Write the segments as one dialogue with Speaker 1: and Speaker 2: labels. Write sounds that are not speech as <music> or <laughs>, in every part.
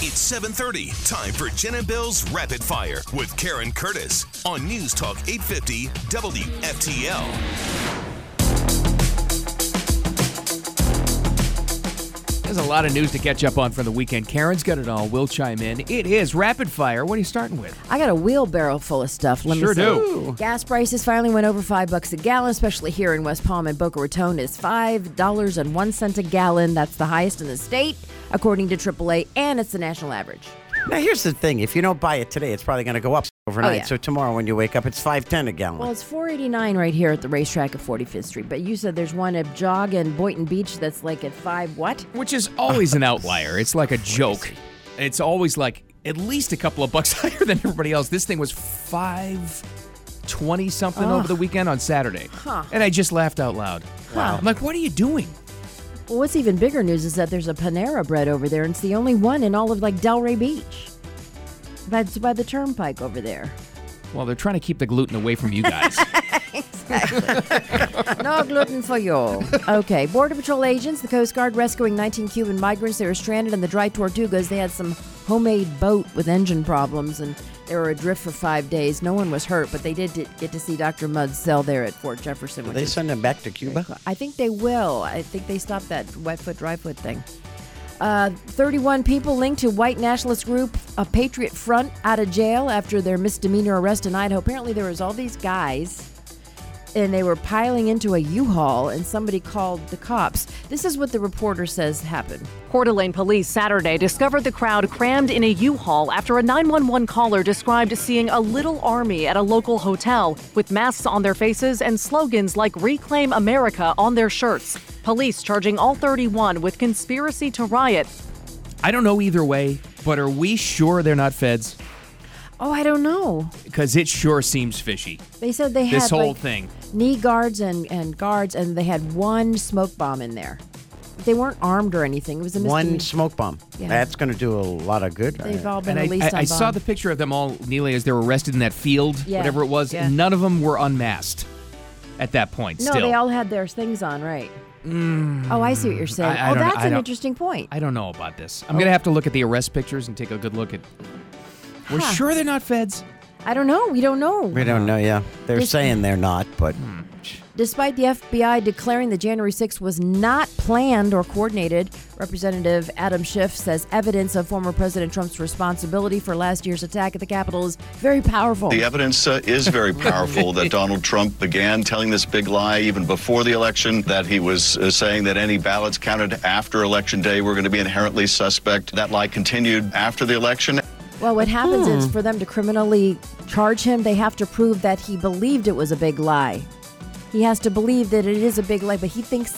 Speaker 1: It's 7:30. Time for Jen and Bill's Rapid Fire with Karen Curtis on News Talk 850 WFTL.
Speaker 2: There's a lot of news to catch up on from the weekend. Karen's got it all. We'll chime in. It is rapid fire. What are you starting with?
Speaker 3: I got a wheelbarrow full of stuff. Let
Speaker 2: Sure
Speaker 3: me say.
Speaker 2: do.
Speaker 3: Gas prices finally went over five bucks a gallon, especially here in West Palm and Boca Raton is five dollars and one cent a gallon. That's the highest in the state, according to AAA, and it's the national average.
Speaker 4: Now here's the thing: if you don't buy it today, it's probably going to go up overnight.
Speaker 3: Oh, yeah.
Speaker 4: So tomorrow, when you wake up, it's five ten a gallon.
Speaker 3: Well, it's 489 right here at the racetrack at 45th Street, but you said there's one at Jog and Boynton Beach that's like at five what?
Speaker 2: Which is always an outlier. It's like a joke. It's always like at least a couple of bucks <laughs> higher than everybody else. This thing was five twenty something over the weekend on Saturday, and I just laughed out loud. Wow! I'm like, what are you doing?
Speaker 3: Well, what's even bigger news is that there's a Panera Bread over there, and it's the only one in all of like Delray Beach. That's by the turnpike over there.
Speaker 2: Well, they're trying to keep the gluten away from you guys.
Speaker 3: No gluten for you. Okay. Border Patrol agents, the Coast Guard rescuing 19 Cuban migrants. They were stranded in the dry Tortugas. They had some homemade boat with engine problems and they were adrift for five days. No one was hurt, but they did get to see Dr. Mudd's cell there at Fort Jefferson.
Speaker 4: Will
Speaker 3: which
Speaker 4: they
Speaker 3: is-
Speaker 4: send them back to Cuba?
Speaker 3: I think they will. I think they stopped that wet foot, dry foot thing. Uh, 31 people linked to white nationalist group a Patriot Front out of jail after their misdemeanor arrest in Idaho. Apparently, there was all these guys, and they were piling into a U-Haul, and somebody called the cops. This is what the reporter says happened.
Speaker 5: Coeur d'Alene police Saturday discovered the crowd crammed in a U-Haul after a 911 caller described seeing a little army at a local hotel with masks on their faces and slogans like Reclaim America on their shirts. Police charging all 31 with conspiracy to riot.
Speaker 2: I don't know either way, but are we sure they're not feds?
Speaker 3: Oh, I don't know.
Speaker 2: Because it sure seems fishy.
Speaker 3: They said they
Speaker 2: This
Speaker 3: had
Speaker 2: whole
Speaker 3: like,
Speaker 2: thing.
Speaker 3: knee guards and, and guards, and they had one smoke bomb in there. They weren't armed or anything. It was a misdemeanor.
Speaker 4: One smoke bomb.
Speaker 3: Yeah.
Speaker 4: That's going to do a lot of good.
Speaker 3: They've all been
Speaker 2: And I,
Speaker 3: released
Speaker 2: I-
Speaker 3: on
Speaker 2: I saw
Speaker 3: bond.
Speaker 2: the picture of them all kneeling as they were arrested in that field,
Speaker 3: Yeah,
Speaker 2: whatever it was.
Speaker 3: yeah.
Speaker 2: None of them were unmasked at that point.
Speaker 3: No,
Speaker 2: still, Mm.
Speaker 3: they all had their things on, right? oh, I see what you're saying.
Speaker 2: I- I
Speaker 3: oh,
Speaker 2: don't-
Speaker 3: that's
Speaker 2: I
Speaker 3: an
Speaker 2: don't-
Speaker 3: interesting point.
Speaker 2: I don't know about this. I'm
Speaker 3: Oh.
Speaker 2: gonna have to look at the arrest pictures and take a good look at. We're
Speaker 3: Huh.
Speaker 2: sure they're not feds.
Speaker 3: I don't know. We don't know.
Speaker 4: We don't know. Yeah, they're
Speaker 3: Just-
Speaker 4: saying they're not, but
Speaker 3: Despite the FBI declaring that January 6th was not planned or coordinated, Representative Adam Schiff says evidence of former President Trump's responsibility for last year's attack at the Capitol is very powerful.
Speaker 6: The evidence uh, is very powerful that Donald Trump began telling this big lie even before the election, that he was uh, saying that any ballots counted after Election Day were going to be inherently suspect. That lie continued after the election.
Speaker 3: Well, what happens is
Speaker 2: Hmm.
Speaker 3: for them to criminally charge him, they have to prove that he believed it was a big lie. He has to believe that it is a big lie, but he thinks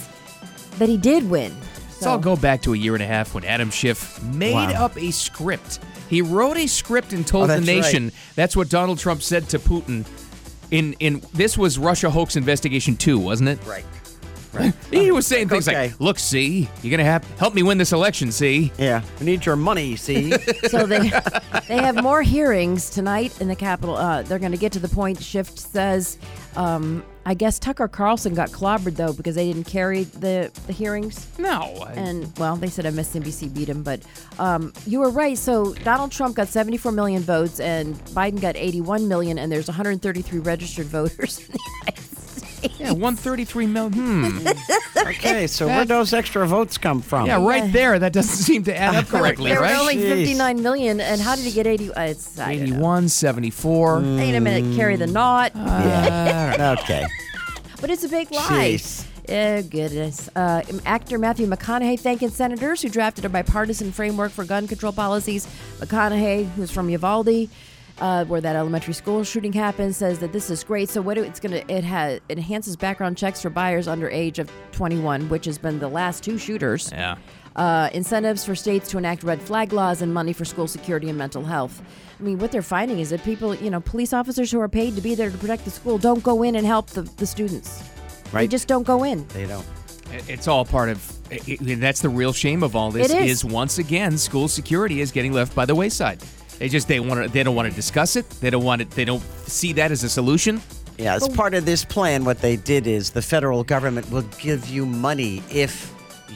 Speaker 3: that he did win.
Speaker 2: Let's all go back to a year and a half when Adam Schiff made
Speaker 4: Wow.
Speaker 2: up a script. He wrote a script and told
Speaker 4: Oh,
Speaker 2: the
Speaker 4: that's
Speaker 2: nation
Speaker 4: right.
Speaker 2: that's what Donald Trump said to Putin. In in this was Russia hoax investigation two, wasn't it? <laughs>
Speaker 4: right.
Speaker 2: He was saying things
Speaker 4: Okay.
Speaker 2: like, "Look, see, you're gonna have help me win this election, see."
Speaker 4: Yeah, we need your
Speaker 3: <laughs>
Speaker 4: money. See,
Speaker 3: So they they have more hearings tonight in the Capitol. Uh, they're going to get to the point. Shift says, um, I guess Tucker Carlson got clobbered though because they didn't carry the the hearings.
Speaker 2: No, I-
Speaker 3: And well, they said MSNBC beat him, but um, you were right. So Donald Trump got 74 million votes, and Biden got 81 million, and there's 133 registered voters. <laughs> in the United States.
Speaker 2: yeah, 133 million.
Speaker 3: <laughs>
Speaker 2: Hmm.
Speaker 4: okay. So where'd those extra votes come from?
Speaker 2: Yeah, right there. That doesn't seem to
Speaker 3: <laughs>
Speaker 2: add up correctly,
Speaker 3: there were
Speaker 2: right?
Speaker 3: only
Speaker 4: Jeez.
Speaker 3: 59 million, and how did he get 80? Uh, it's I don't know.
Speaker 2: 81, 74.
Speaker 3: Wait a minute, carry the knot.
Speaker 4: Yeah. okay.
Speaker 3: But it's a big lie.
Speaker 4: Jeez.
Speaker 3: Oh, goodness. Uh, actor Matthew McConaughey thanking senators who drafted a bipartisan framework for gun control policies. McConaughey, who's from Uvalde, uh, where that elementary school shooting happened, says that this is great. So what it- it's going to it has enhances background checks for buyers under age of 21, which has been the last two shooters.
Speaker 2: Yeah.
Speaker 3: Uh, incentives for states to enact red flag laws and money for school security and mental health. I mean, what they're finding is that people, you know, police officers who are paid to be there to protect the school don't go in and help the, the students. They
Speaker 4: Right.
Speaker 3: just don't go in.
Speaker 4: They don't.
Speaker 2: It- It's all part of. it- it- That's the real shame of all this.
Speaker 3: It is.
Speaker 2: once again school security is getting left by the wayside. They just they want to, they don't want to discuss it. They don't want it. They don't see that as a solution.
Speaker 4: Yeah, as part of this plan, what they did is the federal government will give you money if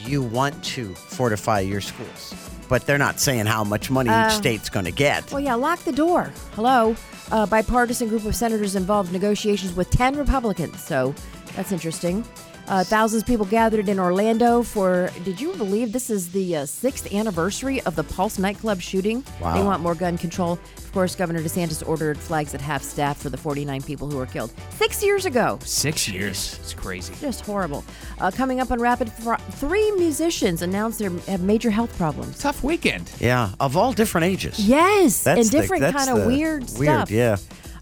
Speaker 4: you want to fortify your schools. but they're not saying how much money each state's going to get.
Speaker 3: Oh. Well, yeah, lock the door. Hello. A bipartisan group of senators involved negotiations with 10 Republicans. So that's interesting. Uh, thousands of people gathered in Orlando for, did you believe this is the uh, sixth anniversary of the Pulse nightclub shooting? They want more gun control. Of course, Governor DeSantis ordered flags at half staff for the 49 people who were killed six years ago.
Speaker 2: Six years. It's crazy.
Speaker 3: Just horrible. Uh, coming up on Rapid Fire, three musicians announced they have major health problems.
Speaker 2: Tough weekend.
Speaker 4: yeah, of all different ages.
Speaker 3: Yes,
Speaker 4: That's
Speaker 3: and
Speaker 4: the-
Speaker 3: different
Speaker 4: that's
Speaker 3: kind of
Speaker 4: the
Speaker 3: weird, stuff.
Speaker 4: yeah.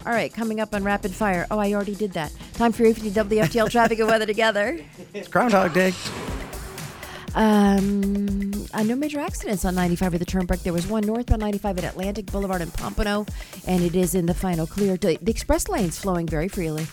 Speaker 3: All right, coming up on Rapid Fire. Oh, I already did that. Time for your WFTL traffic and weather together.
Speaker 4: It's Groundhog Day.
Speaker 3: Um, uh, no major accidents on 95 or the Turnpike. There was one northbound 95 at Atlantic Boulevard in Pompano, and it is in the final clear. The the express lane's flowing very freely.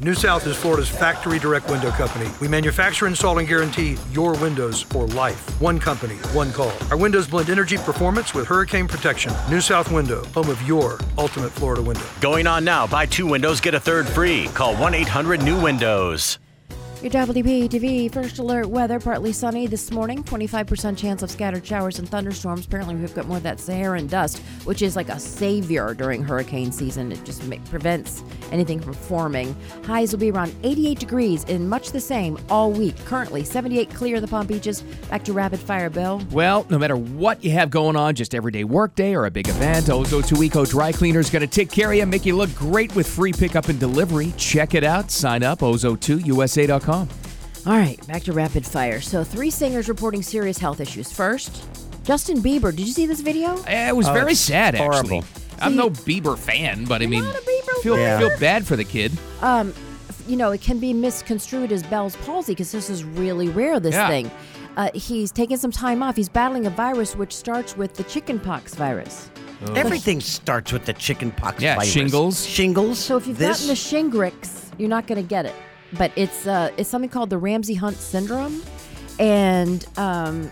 Speaker 7: New South is Florida's factory direct window company. We manufacture, install, and guarantee your windows for life. One company, one call. Our windows blend energy performance with hurricane protection. New South Window, home of your ultimate Florida window.
Speaker 8: Going on now. Buy two windows, get a third free. Call 1 800 New Windows.
Speaker 3: Your WPTV first alert weather partly sunny this morning, 25% chance of scattered showers and thunderstorms. Apparently, we've got more of that Saharan dust, which is like a savior during hurricane season. It just ma- prevents anything from forming. Highs will be around 88 degrees and much the same all week. Currently, 78 clear in the Palm Beaches. Back to rapid fire, Bill.
Speaker 2: Well, no matter what you have going on, just everyday workday or a big event, Ozo Tuico Dry Cleaner is going to take care of you, make you look great with free pickup and delivery. Check it out. Sign up, ozo2usa.com.
Speaker 3: All right, back to rapid fire. So, three singers reporting serious health issues. First, Justin Bieber. Did you see this video?
Speaker 2: Eh, It was very sad,
Speaker 4: horrible.
Speaker 2: actually. I'm no Bieber fan, but I mean,
Speaker 3: not a Bieber
Speaker 2: feel,
Speaker 4: fan?
Speaker 2: feel bad for the kid.
Speaker 3: you know, it can be misconstrued as Bell's palsy because this is really rare, this
Speaker 2: Yeah.
Speaker 3: thing. Uh, he's taking some time off. He's battling a virus which starts with the chickenpox virus.
Speaker 4: Everything starts with the chicken pox
Speaker 2: Yeah,
Speaker 4: virus.
Speaker 2: shingles.
Speaker 4: Shingles.
Speaker 3: So if you've
Speaker 4: this,
Speaker 3: gotten the shingrix, you're not going to get it. But it's uh, it's something called the Ramsey Hunt syndrome, and um,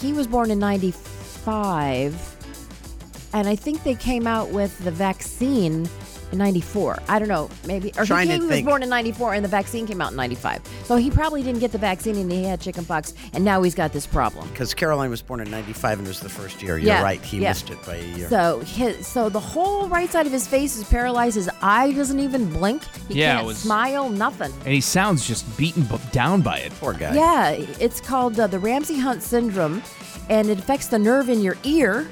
Speaker 3: he was born in '95, and I think they came out with the vaccine in '94. I don't know, maybe or
Speaker 4: Trying
Speaker 3: he,
Speaker 4: to
Speaker 3: came- he was
Speaker 4: think.
Speaker 3: born in '94 and the vaccine came out in '95. So he probably didn't get the vaccine and he had chickenpox, and now he's got this problem.
Speaker 4: because Caroline was born in '95 and it was the first year. You're
Speaker 3: Yeah,
Speaker 4: right. He
Speaker 3: yeah.
Speaker 4: missed it by a year.
Speaker 3: So his, so the whole right side of his face is paralyzed. His eye doesn't even blink. He
Speaker 2: Yeah, it
Speaker 3: can't
Speaker 2: was-
Speaker 3: smile. Nothing.
Speaker 2: And he sounds just beaten b- down by it.
Speaker 4: Poor guy.
Speaker 3: Yeah, it's called uh, the Ramsey Hunt syndrome, and it affects the nerve in your ear,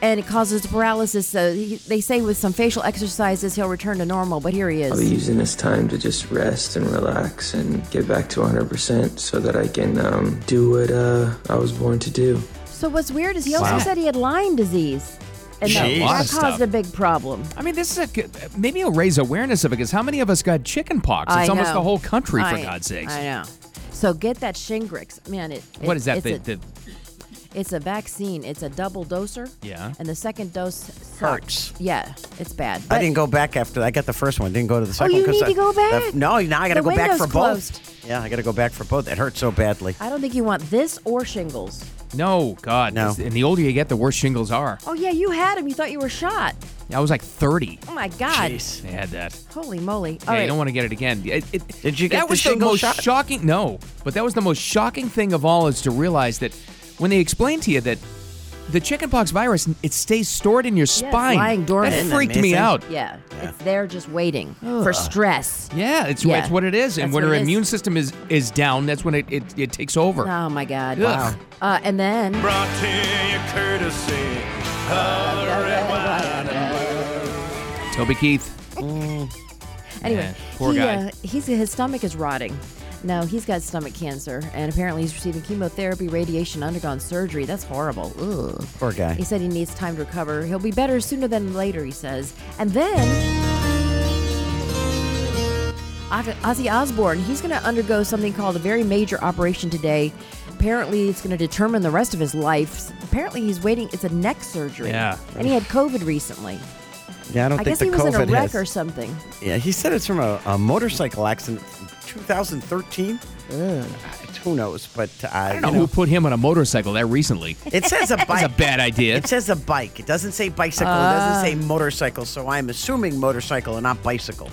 Speaker 3: and it causes paralysis. So he, they say with some facial exercises he'll return to normal, but here he
Speaker 9: I'll be
Speaker 3: is.
Speaker 9: using this time to just rest and relax and get back to 100% so that I can um, do what uh, I was born to do.
Speaker 3: So what's weird is he also
Speaker 2: Wow.
Speaker 3: said he had Lyme disease, and that,
Speaker 2: Jeez.
Speaker 3: that
Speaker 2: A lot of
Speaker 3: caused
Speaker 2: stuff.
Speaker 3: a big problem.
Speaker 2: I mean, this is a good, maybe it'll raise awareness of it because how many of us got chickenpox?
Speaker 3: I
Speaker 2: It's almost
Speaker 3: know.
Speaker 2: the whole country, for
Speaker 3: I-
Speaker 2: God's sakes.
Speaker 3: I know. So get that Shingrix, man. It, it
Speaker 2: What is that?
Speaker 3: It's,
Speaker 2: The,
Speaker 3: a,
Speaker 2: the,
Speaker 3: it's a vaccine. It's a double doser.
Speaker 2: Yeah.
Speaker 3: And the second dose sucks.
Speaker 4: Hurts.
Speaker 3: Yeah, it's bad.
Speaker 4: I
Speaker 3: But- Oh,
Speaker 4: didn't go back after I got the first one. Didn't go to the second
Speaker 3: you
Speaker 4: one. 'cause
Speaker 3: need
Speaker 4: I-
Speaker 3: to go
Speaker 4: the-
Speaker 3: back.
Speaker 4: no, now I got to
Speaker 3: The
Speaker 4: go back for
Speaker 3: window's closed.
Speaker 4: both. Yeah, I got to go back for both. It hurts so badly.
Speaker 3: I don't think you want this or shingles.
Speaker 2: no, God.
Speaker 4: No.
Speaker 2: this- And the older you get, the worse shingles are.
Speaker 3: Oh yeah, you had him. You thought you were shot.
Speaker 2: I was like 30.
Speaker 3: Oh my god.
Speaker 4: Jeez.
Speaker 2: I had that.
Speaker 3: Holy moly.
Speaker 2: Yeah,
Speaker 3: All right.
Speaker 2: you don't want to get it again. It- it-
Speaker 4: Did you get
Speaker 2: that
Speaker 4: the
Speaker 2: was the
Speaker 4: shingles
Speaker 2: most
Speaker 4: shot?
Speaker 2: shocking? No, but that was the most shocking thing of all is to realize that when they explained to you that the chickenpox virus it stays stored in your
Speaker 3: it's
Speaker 2: spine,
Speaker 3: lying dormant.
Speaker 2: that
Speaker 3: Isn't that
Speaker 2: freaked me
Speaker 4: amazing?
Speaker 2: out.
Speaker 3: yeah, It's there just waiting for stress.
Speaker 2: Yeah, it's,
Speaker 3: Yeah.
Speaker 2: it's what it is. And
Speaker 3: That's
Speaker 2: when
Speaker 3: what
Speaker 2: our
Speaker 3: it is.
Speaker 2: immune system is is down, that's when it it, it takes over.
Speaker 3: Oh my god.
Speaker 2: Wow.
Speaker 3: Uh, and then
Speaker 8: Brought to you courtesy.
Speaker 2: Toby Keith.
Speaker 3: anyway,
Speaker 2: Yeah, poor
Speaker 3: he,
Speaker 2: guy.
Speaker 3: Uh, he's his stomach is rotting. No, he's got stomach cancer, and apparently he's receiving chemotherapy, radiation, undergone surgery. That's horrible. Ugh.
Speaker 4: Poor guy.
Speaker 3: He said he needs time to recover. He'll be better sooner than later, he says. And then. Oz- Ozzy Osbourne, he's going to undergo something called a very major operation today. Apparently, it's going to determine the rest of his life. Apparently, he's waiting. It's a neck surgery.
Speaker 2: Yeah.
Speaker 3: And he had COVID recently.
Speaker 4: Yeah, I don't
Speaker 3: I
Speaker 4: think
Speaker 3: guess
Speaker 4: the
Speaker 3: he was in
Speaker 4: COVID
Speaker 3: a wreck
Speaker 4: has-
Speaker 3: or something.
Speaker 4: Yeah, he said it's from a, a motorcycle accident from 2013. Who knows? But uh,
Speaker 2: I don't know, who put him on a motorcycle that recently.
Speaker 3: <laughs>
Speaker 4: it says a bike.
Speaker 2: That's a bad idea.
Speaker 4: It says a bike. It doesn't say bicycle. it doesn't say
Speaker 3: Ah.
Speaker 4: motorcycle. So I'm assuming motorcycle and not bicycle.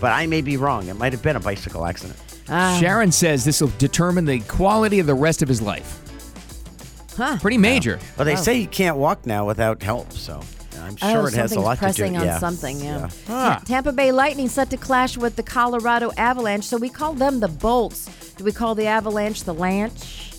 Speaker 4: But I may be wrong. It might have been a bicycle accident.
Speaker 3: uh,
Speaker 2: Sharon says this will determine the quality of the rest of his life. Pretty major.
Speaker 4: Well, they say you can't walk now without help, so I'm
Speaker 3: Oh,
Speaker 4: sure it has a
Speaker 3: something's
Speaker 4: lot
Speaker 3: pressing
Speaker 4: to do.
Speaker 3: on
Speaker 4: yeah.
Speaker 3: something. Yeah.
Speaker 2: Ah.
Speaker 3: Ta- Tampa Bay Lightning set to clash with the Colorado Avalanche, so we call them the Bolts. Do we call the Avalanche the Lanch?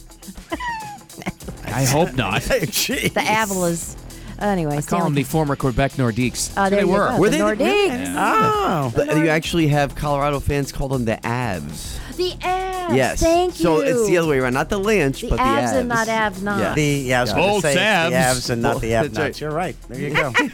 Speaker 2: I hope
Speaker 4: <laughs>
Speaker 2: not.
Speaker 3: <laughs>
Speaker 4: Hey, gee.
Speaker 3: The Avalas. Anyway,
Speaker 2: Call them the former Quebec Nordiques.
Speaker 3: Uh, there
Speaker 2: they
Speaker 3: you
Speaker 2: were.
Speaker 3: go.
Speaker 10: Were
Speaker 3: the
Speaker 10: they the-
Speaker 3: Nordiques.
Speaker 10: really?
Speaker 4: Oh,
Speaker 10: But you actually have Colorado fans call them the abs.
Speaker 3: The abs.
Speaker 10: Yes.
Speaker 3: Thank
Speaker 10: So
Speaker 3: you.
Speaker 10: it's the other way around, not the Lynch,
Speaker 3: The
Speaker 10: but
Speaker 3: abs
Speaker 10: the abs.
Speaker 3: and not abs not.
Speaker 10: Yeah.
Speaker 4: the yeah, I was going
Speaker 2: Both
Speaker 4: to say it's
Speaker 2: abs.
Speaker 4: the abs and not the ab
Speaker 10: That's right.
Speaker 4: nuts. You're right. There you go. <laughs> I
Speaker 3: Both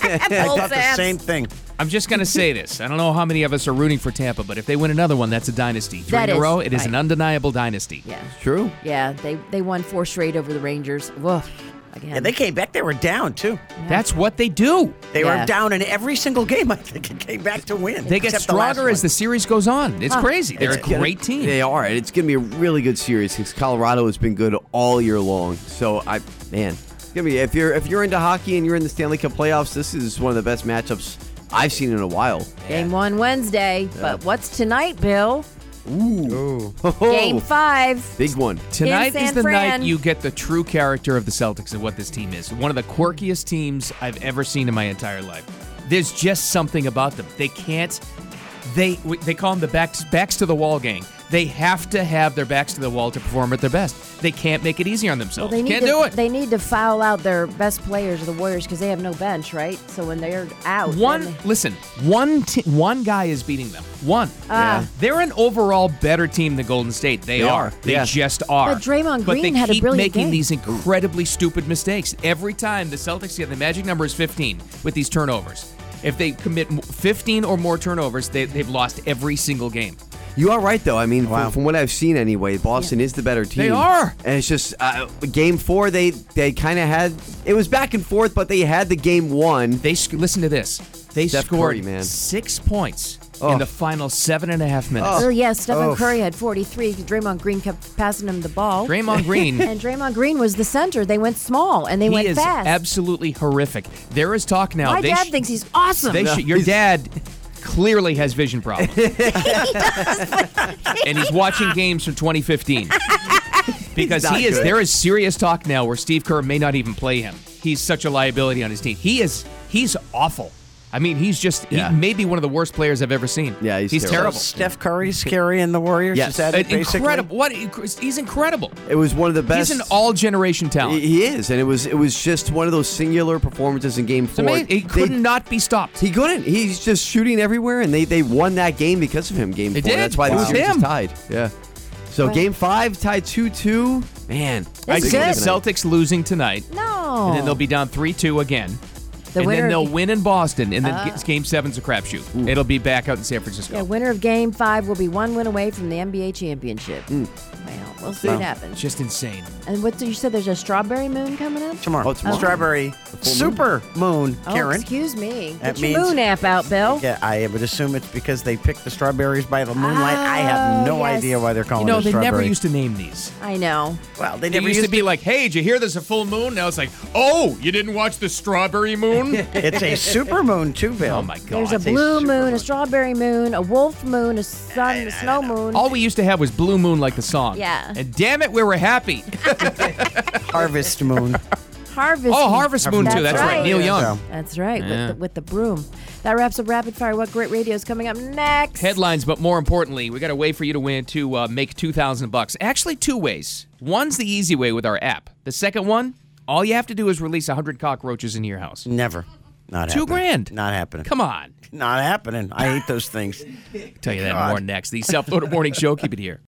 Speaker 4: thought the
Speaker 3: abs.
Speaker 4: same thing.
Speaker 2: I'm just going to say this. I don't know how many of us are rooting for Tampa, but if they win another one, that's a dynasty. Three
Speaker 3: That
Speaker 2: in a
Speaker 3: is,
Speaker 2: row, it is an
Speaker 3: right.
Speaker 2: undeniable dynasty.
Speaker 3: Yeah.
Speaker 10: True.
Speaker 3: Yeah. They they won four straight over the Rangers. Woof. Again.
Speaker 4: Yeah, they came back. They were down too.
Speaker 2: That's what they do.
Speaker 4: They
Speaker 3: Yeah.
Speaker 4: were down in every single game. <laughs> I think and came back to win.
Speaker 2: They get
Speaker 4: except the last
Speaker 2: stronger as
Speaker 4: one.
Speaker 2: the series goes on. It's crazy. They're
Speaker 10: It's
Speaker 2: a
Speaker 10: gonna-
Speaker 2: great team.
Speaker 10: They are, and it's going to be a really good series because Colorado has been good all year long. So I, man, it's gonna be if you're if you're into hockey and you're in the Stanley Cup playoffs, this is one of the best matchups I've seen in a while.
Speaker 3: Game one Wednesday. But what's tonight, Bill?
Speaker 10: Ooh,
Speaker 4: <laughs>
Speaker 3: Game five.
Speaker 10: big one.
Speaker 2: Tonight
Speaker 3: San
Speaker 2: is the
Speaker 3: Fran.
Speaker 2: night you get the true character of the Celtics and what this team is. One of the quirkiest teams I've ever seen in my entire life. There's just something about them. They can't. They w- they call them the backs backs to the wall gang. They have to have their backs to the wall to perform at their best. They can't make it easy on themselves.
Speaker 3: They need
Speaker 2: can't
Speaker 3: to,
Speaker 2: do it.
Speaker 3: They need to foul out their best players, the Warriors, because they have no bench, right? So when they're out, then
Speaker 2: One
Speaker 3: they-
Speaker 2: listen, one t- one guy is beating them. One.
Speaker 3: Ah.
Speaker 2: They're an overall better team than Golden State. They,
Speaker 10: They
Speaker 2: are.
Speaker 10: are.
Speaker 2: They
Speaker 10: Yeah.
Speaker 2: just are.
Speaker 3: But Draymond
Speaker 2: But they
Speaker 3: Green had a
Speaker 2: keep
Speaker 3: brilliant
Speaker 2: making
Speaker 3: game.
Speaker 2: these incredibly stupid mistakes every time. The Celtics get the magic number is 15 with these turnovers. If they commit m- 15 or more turnovers, they, they've lost every single game.
Speaker 10: You are right, though. I mean,
Speaker 4: Wow.
Speaker 10: from, from what I've seen anyway, Boston is the better team.
Speaker 2: They are.
Speaker 10: and it's just uh, game four. They they kind of had it was back and forth, but they had the game one.
Speaker 2: They sc- listen to this. They
Speaker 10: Steph
Speaker 2: scored
Speaker 10: Curry, man.
Speaker 2: six points
Speaker 10: Oh.
Speaker 2: in the final seven and a half minutes.
Speaker 3: Well, Oh, yeah, Stephen Curry had 43. Draymond Green kept passing him the ball.
Speaker 2: Draymond
Speaker 3: <laughs>
Speaker 2: Green
Speaker 3: and Draymond Green was the center. They went small and they
Speaker 2: he
Speaker 3: went
Speaker 2: is
Speaker 3: fast.
Speaker 2: absolutely horrific. There is talk now.
Speaker 3: My
Speaker 2: they
Speaker 3: dad
Speaker 2: sh-
Speaker 3: thinks he's awesome.
Speaker 2: They should, your dad clearly has vision
Speaker 3: <laughs>
Speaker 2: problems. and he's watching games from
Speaker 3: <laughs>
Speaker 2: 2015. Because
Speaker 10: He's not
Speaker 2: he is
Speaker 10: good.
Speaker 2: there is serious talk now where Steve Kerr may not even play him. He's such a liability on his team. He is he's awful. I mean, he's just
Speaker 10: Yeah.
Speaker 2: he may be one of the worst players I've ever seen.
Speaker 10: Yeah, he's
Speaker 2: terrible.
Speaker 10: terrible.
Speaker 4: Steph Curry's scary in the Warriors.
Speaker 10: Yes.
Speaker 4: Is that it,
Speaker 2: An
Speaker 4: basically?
Speaker 2: incredible. What he's incredible.
Speaker 10: It was one of the best.
Speaker 2: He's an all-generation talent.
Speaker 10: He he is, and it was it was just one of those singular performances in Game
Speaker 2: It's
Speaker 10: Four.
Speaker 2: amazing. he
Speaker 10: They-
Speaker 2: could not be stopped.
Speaker 10: He couldn't. He's just shooting everywhere, and they, they won that game because of him. Game
Speaker 2: They
Speaker 10: four.
Speaker 2: did.
Speaker 10: That's why
Speaker 2: It
Speaker 10: the
Speaker 2: was
Speaker 10: series
Speaker 2: him.
Speaker 10: is tied. Yeah. So game five tied two two. Man,
Speaker 2: I
Speaker 3: That's
Speaker 2: see
Speaker 10: big
Speaker 2: the
Speaker 10: one
Speaker 3: good.
Speaker 10: tonight.
Speaker 2: Celtics losing tonight.
Speaker 3: no.
Speaker 2: And then they'll be down 3 2 again.
Speaker 3: The
Speaker 2: and
Speaker 3: winner
Speaker 2: then
Speaker 3: of
Speaker 2: they'll
Speaker 3: the-
Speaker 2: win in Boston. And then g- game seven's a crapshoot. It'll be back out in San Francisco.
Speaker 3: Yeah, winner of game five will be one win away from the NBA championship.
Speaker 10: Hmm.
Speaker 3: Well, we'll see what
Speaker 2: It's
Speaker 3: happens.
Speaker 2: just insane.
Speaker 3: And what you said? There's a strawberry moon coming up.
Speaker 4: Tomorrow.
Speaker 10: Oh, tomorrow.
Speaker 4: Strawberry super moon,
Speaker 3: Oh,
Speaker 4: Karen.
Speaker 3: excuse me.
Speaker 4: That
Speaker 3: Get your
Speaker 4: means-
Speaker 3: moon app out, Bill.
Speaker 4: Yeah, I would assume it's because they picked the strawberries by the moonlight. I
Speaker 3: Oh,
Speaker 4: have no
Speaker 3: yes.
Speaker 4: idea why they're calling
Speaker 2: Ah, You know,
Speaker 4: it a
Speaker 2: they never
Speaker 4: strawberry.
Speaker 2: used to name these.
Speaker 3: I know.
Speaker 10: Oh,
Speaker 4: Well, they
Speaker 2: It
Speaker 4: never
Speaker 2: used to be like, hey, did you hear there's a full moon? Now it's like, oh, you didn't watch the strawberry <laughs> moon?
Speaker 4: <laughs> It's a super moon too, Bill.
Speaker 2: oh, my God.
Speaker 3: There's a
Speaker 4: say
Speaker 3: blue
Speaker 4: super
Speaker 3: moon,
Speaker 4: moon.
Speaker 3: a strawberry moon, a wolf moon, a sun, a snow moon.
Speaker 10: Oh.
Speaker 2: All we used to have was Blue Moon, like the song.
Speaker 3: Yeah.
Speaker 2: And damn it, we were happy. <laughs>
Speaker 4: harvest moon.
Speaker 3: harvest.
Speaker 2: Oh, Harvest Moon, too.
Speaker 3: That's
Speaker 2: That's right.
Speaker 3: right.
Speaker 2: Neil Young.
Speaker 4: Yeah.
Speaker 3: That's right, with, the, with the broom. That wraps up Rapid Fire. What great radio is coming up next?
Speaker 2: headlines, but more importantly, we got a way for you to win to uh, make two thousand bucks. Actually, two ways. One's the easy way with our app. The second one, all you have to do is release hundred cockroaches into your house.
Speaker 4: Never. Not
Speaker 2: Two
Speaker 4: happening.
Speaker 2: grand.
Speaker 4: Not happening.
Speaker 2: Come on.
Speaker 4: Not happening. I hate those things.
Speaker 2: tell you that and more next. The self-loader morning show. Keep it here.